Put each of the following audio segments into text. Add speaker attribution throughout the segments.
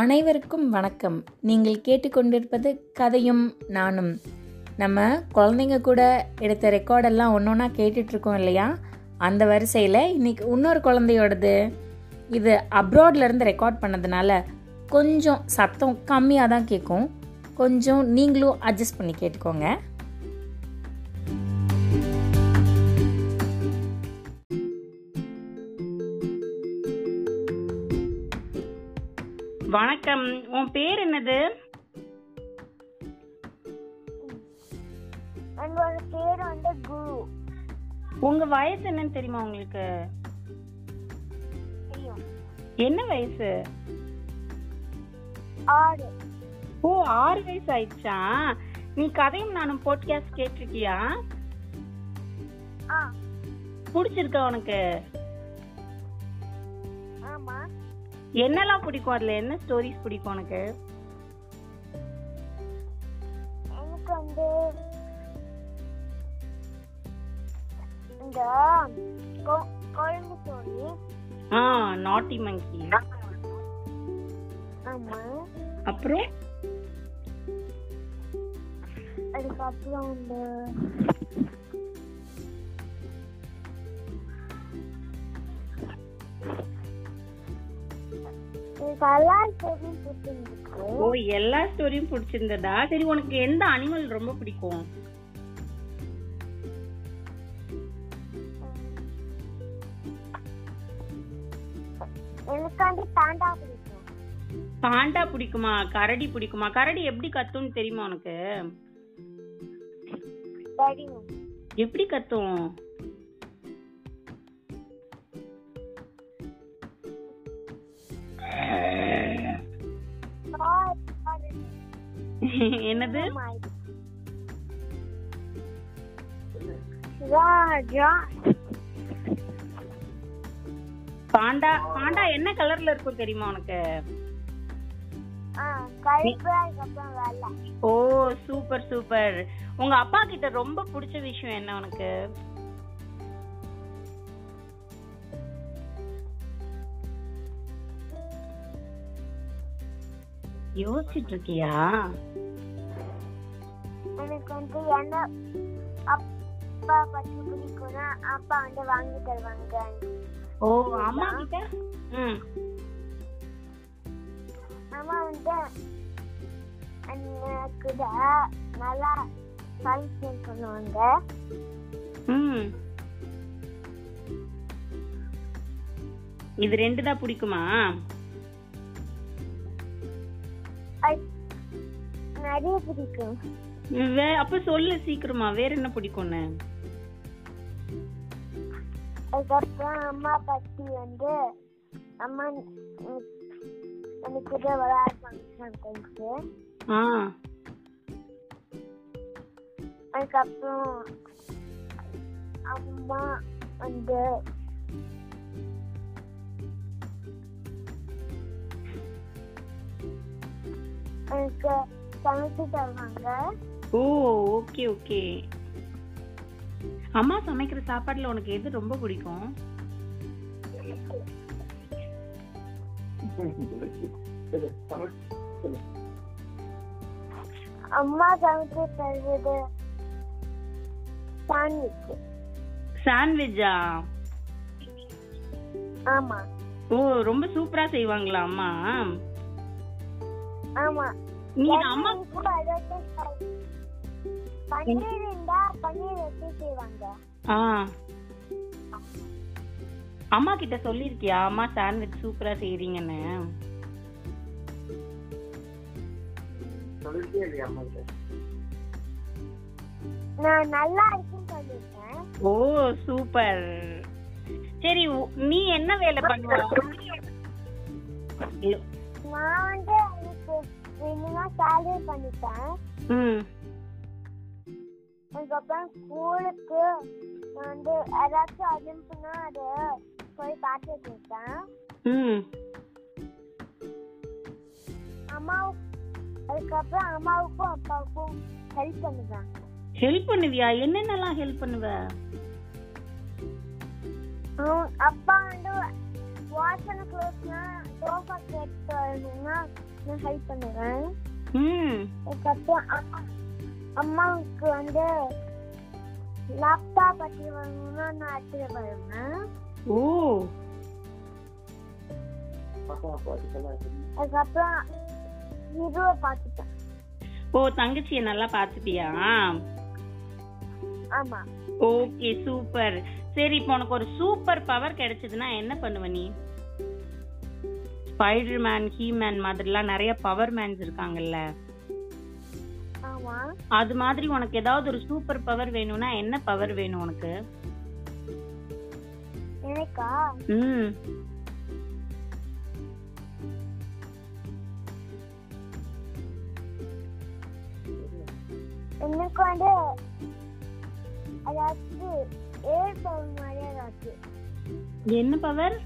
Speaker 1: அனைவருக்கும் வணக்கம் நீங்கள் கேட்டுக்கொண்டிருப்பது கதையும் நானும் நம்ம குழந்தைங்க கூட எடுத்த ரெக்கார்டெல்லாம் ஒன்று ஒன்றா கேட்டுட்ருக்கோம் இல்லையா அந்த வரிசையில் இன்னைக்கு இன்னொரு குழந்தையோடது இது abroad ல இருந்து ரெக்கார்ட் பண்ணதுனால கொஞ்சம் சத்தம் கம்மியாக தான் கேட்கும் கொஞ்சம் நீங்களும் அட்ஜஸ்ட் பண்ணி கேட்டுக்கோங்க
Speaker 2: வணக்கம் உன் பேர் என்னது
Speaker 3: என்னோட பேர் வந்து குரு
Speaker 2: உங்க வயசு என்னன்னு தெரியுமா உங்களுக்கு
Speaker 3: தெரியும்
Speaker 2: என்ன வயசு
Speaker 3: ஆறு
Speaker 2: ஓ ஆறு வயசு ஆயிடுச்சா நீ கதையும் நானும் போட்காஸ்ட் கேட்டிருக்கியா
Speaker 3: ஆ
Speaker 2: பிடிச்சிருக்கா உனக்கு
Speaker 3: ஆமா
Speaker 2: என்னெல்லாம் பிடிக்கும் அதுல என்ன ஸ்டோரிஸ் பிடிக்கும் உனக்கு
Speaker 3: எனக்கு வந்து இந்த கொ- குழம்பு சோறு
Speaker 2: ஆ நாட்டி மங்கி
Speaker 3: ஆமா
Speaker 2: அப்புறம்
Speaker 3: அதுக்கப்புறம் இந்த எனக்கு எல்லா ஸ்டோரியும் பிடிச்சிருக்கு
Speaker 2: ஓ எல்லா ஸ்டோரியும் பிடிச்சிருந்ததா சரி உனக்கு எந்த அனிமல் ரொம்ப பிடிக்கும்
Speaker 3: எனக்கு வந்து பாண்டா பிடிக்கும்
Speaker 2: பாண்டா பிடிக்குமா கரடி பிடிக்குமா கரடி எப்படி கத்தும்னு தெரியுமா உனக்கு
Speaker 3: சரிங்க
Speaker 2: எப்படி கத்தும்
Speaker 3: பாய் பாய்
Speaker 2: என்னது
Speaker 3: ராஜா
Speaker 2: பாண்டா பாண்டா என்ன கலர்ல இருக்கும் தெரியுமா உனக்கு
Speaker 3: ஆ கருப்பு அதுக்கப்புறம் வெள்ளை
Speaker 2: ஓ சூப்பர் சூப்பர் உங்க அப்பா கிட்ட ரொம்ப பிடிச்ச விஷயம் என்ன உனக்கு யோசிச்சுட்டு இருக்கியா
Speaker 3: எனக்கு வந்து என்ன அப்பா பத்தி பிடிக்கும்னா அப்பா வந்து வாங்கி தருவாங்க
Speaker 2: ஓ அம்மா கிட்ட ம்
Speaker 3: அம்மா வந்து எனக்கு நல்லா ஃபங்க்ஷன் பண்ணுவாங்க
Speaker 2: ம் இது ரெண்டு தான் பிடிக்குமா
Speaker 3: அது நிறைய பிடிக்கும்
Speaker 2: வே- அப்ப சொல்லு சீக்கிரமா வேற என்ன பிடிக்கும்னு
Speaker 3: அதுக்கப்புறம் அம்மா பத்தி வந்து அம்மா எனக்கு- எனக்கு இது விளையாடுவாங்க sometimes.
Speaker 2: ஆ
Speaker 3: அதுக்கப்புறம் அம்மா வந்து எனக்கு சமைச்சு தருவாங்க
Speaker 2: ஓ ஓகே ஓகே அம்மா சமைக்கிற சாப்பாடுல உனக்கு எது ரொம்ப பிடிக்கும்
Speaker 3: அம்மா சமைச்சு தருவது சாண்ட்விச்
Speaker 2: சாண்ட்விச்சா
Speaker 3: ஆமா
Speaker 2: ஓ ரொம்ப சூப்பரா செய்வாங்களா அம்மா
Speaker 3: ஆமா
Speaker 2: நீ இது அம்மா
Speaker 3: பன்னீர் இருந்தா பன்னீர் வச்சு செய்வாங்க
Speaker 2: ஆ அம்மா கிட்ட சொல்லிருக்கியா அம்மா சாண்ட்விச் சூப்பரா செய்றீங்கன்னு
Speaker 3: நான் நல்லா இருக்குன்னு சொல்லிருக்கேன்
Speaker 2: ஓ சூப்பர் சரி உ- நீ என்ன வேலை பண்ணுவ
Speaker 3: நான் வந்து எனக்கு வேணும்னா சேலரி பண்ணிட்டேன்
Speaker 2: ம்
Speaker 3: அதுக்கப்புறம் ஸ்கூலுக்கு நான் வந்து ஏதாச்சும் அனுப்புனா அது போய் பார்த்துட்டு இருக்கேன்
Speaker 2: ம்
Speaker 3: அம்மாவுக்கு அதுக்கப்புறம் அம்மாவுக்கும் அப்பாவுக்கும் ஹெல்ப் பண்ணுவேன்
Speaker 2: ஹெல்ப் பண்ணுவியா என்னென்னலாம் ஹெல்ப் பண்ணுவ
Speaker 3: அவங்க அப்பா வந்து வாஷ் பண்ண க்ளோத்னா சோஃபா கேட்டு வரணும்னா நான் ஹெல்ப் பண்ணுவேன்
Speaker 2: ம்
Speaker 3: அதுக்கப்புறம் அம்மா அம்மாவுக்கு வந்து லேப்டாப் பற்றி வாங்கணும்னா நான் எடுத்துட்டு வருவேன்
Speaker 2: ஓ
Speaker 3: அதுக்கப்புறம் ஹீரோவை பார்த்துட்டேன்
Speaker 2: ஓ தங்கச்சியை நல்லா பார்த்துட்டியா
Speaker 3: ஆமா
Speaker 2: ஓகே சூப்பர் சரி இப்போ உனக்கு ஒரு சூப்பர் பவர் கிடைச்சதுன்னா என்ன பண்ணுவ நீ ஸ்பைடர் மேன் ஹீ மேன் மாதிரிலாம் நிறைய பவர் மேன்ஸ் இருக்காங்கல்ல
Speaker 3: ஆமா
Speaker 2: அது மாதிரி உனக்கு ஏதாவது ஒரு சூப்பர் பவர் வேணும்னா என்ன பவர் வேணும் உனக்கு
Speaker 3: எனக்கா
Speaker 2: ம்
Speaker 3: எனக்கு வந்து அதாச்சும் ஏர் பவர் மாதிரி ஏதாச்சும்
Speaker 2: என்ன பவர்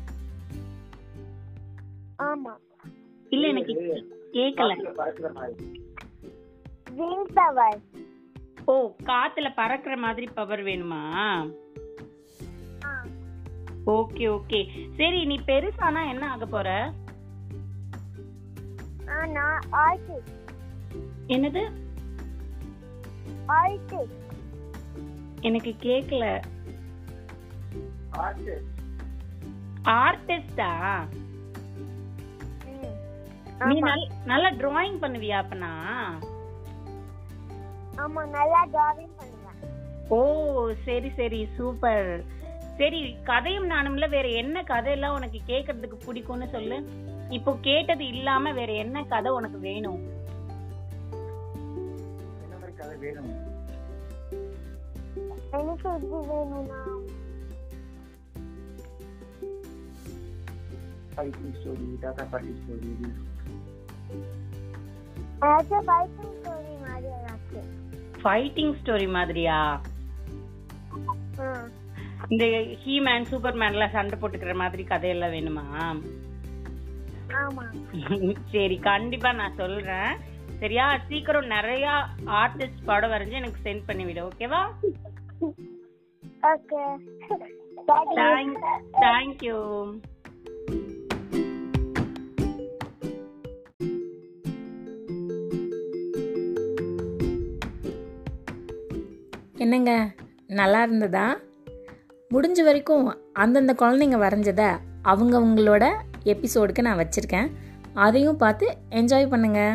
Speaker 3: ஆமா
Speaker 2: இல்ல எனக்கு கேக்கல
Speaker 3: விங் பவர்
Speaker 2: ஓ காத்துல பறக்கிற மாதிரி பவர் வேணுமா
Speaker 3: ஆ
Speaker 2: ஓகே ஓகே சரி நீ பெருசானா என்ன ஆக போற
Speaker 3: ஆனா ஆர்டிக்
Speaker 2: என்னது
Speaker 3: ஆர்டிக்
Speaker 2: எனக்கு கேக்கல ஆர்டிஸ்டா
Speaker 3: ம்
Speaker 2: நீ
Speaker 3: ஆமா
Speaker 2: நல்- நல்லா டிராயிங் பண்ணுவியா அப்பனா
Speaker 3: ஆமா நல்லா டிராவிங் பண்ணுவேன்
Speaker 2: ஓ சரி சரி சூப்பர் சரி கதையும் நானும்ல வேற என்ன கதையெல்லாம் உனக்கு கேக்குறதுக்கு பிடிக்கும்னு சொல்லு இப்போ கேட்டது இல்லாம வேற என்ன கதை உனக்கு வேணும்
Speaker 3: எனக்கு இது வேணும்னா அதாச்சும் பைப்பிங் ஸ்டோரி மாதிரி ஏதாச்சும்
Speaker 2: ஃபைட்டிங் ஸ்டோரி மாதிரியா
Speaker 3: ஆ
Speaker 2: இந்த ஹீமேன் சூப்பர்மேன் எல்லாம் சண்டை போட்டுக்கிற மாதிரி கதையெல்லாம் வேணுமா
Speaker 3: ஆமா
Speaker 2: சரி கண்டிப்பா நான் சொல்றேன் சரியா சீக்கிரம் நிறைய ஆர்டிஸ்ட் படம் வரைஞ்சு எனக்கு சென்ட் பண்ணிவிடு ஓகேவா
Speaker 3: ஓகே
Speaker 2: தேங்க் தேங்க்யூ
Speaker 1: என்னங்க நல்லா இருந்ததா முடிஞ்ச வரைக்கும் அந்தந்த குழந்தைங்க வரைஞ்சதை அவங்கவங்களோட எபிசோடுக்கு நான் வச்சுருக்கேன் அதையும் பார்த்து என்ஜாய் பண்ணுங்கள்